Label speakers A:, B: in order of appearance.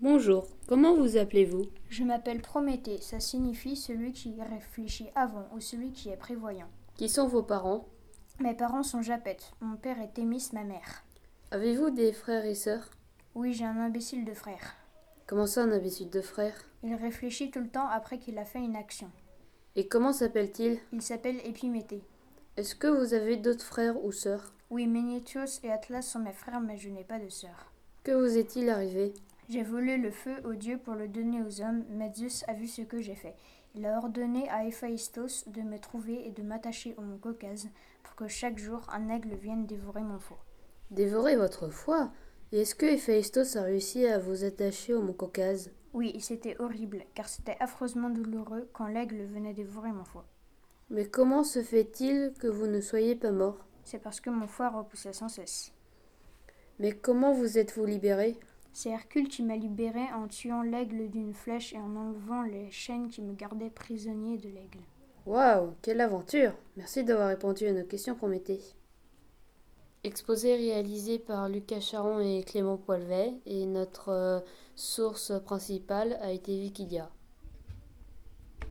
A: Bonjour, comment vous appelez-vous
B: Je m'appelle Prométhée, ça signifie celui qui réfléchit avant ou celui qui est prévoyant.
A: Qui sont vos parents
B: Mes parents sont Japet, mon père est Thémis, ma mère.
A: Avez-vous des frères et sœurs
B: Oui, j'ai un imbécile de frère.
A: Comment ça un habitude de frère
B: Il réfléchit tout le temps après qu'il a fait une action.
A: Et comment s'appelle-t-il
B: Il s'appelle Épiméthée.
A: Est-ce que vous avez d'autres frères ou sœurs
B: Oui, Ménétios et Atlas sont mes frères, mais je n'ai pas de sœur.
A: Que vous est-il arrivé
B: J'ai volé le feu aux dieux pour le donner aux hommes, mais Zeus a vu ce que j'ai fait. Il a ordonné à Héphaïstos de me trouver et de m'attacher au mont Caucase pour que chaque jour un aigle vienne dévorer mon faux.
A: Dévorez votre foi Et est-ce que Héphaïstos a réussi à vous attacher au mont Caucase
B: Oui, et c'était horrible, car c'était affreusement douloureux quand l'aigle venait dévorer mon foie.
A: Mais comment se fait-il que vous ne soyez pas mort
B: C'est parce que mon foie repoussait sans cesse.
A: Mais comment vous êtes-vous libéré
B: C'est Hercule qui m'a libéré en tuant l'aigle d'une flèche et en enlevant les chaînes qui me gardaient prisonnier de l'aigle.
A: Waouh, quelle aventure Merci d'avoir répondu à nos questions, Prométhée. Exposé réalisé par Lucas Charon et Clément Poilvet, et notre euh, source principale a été Wikidia.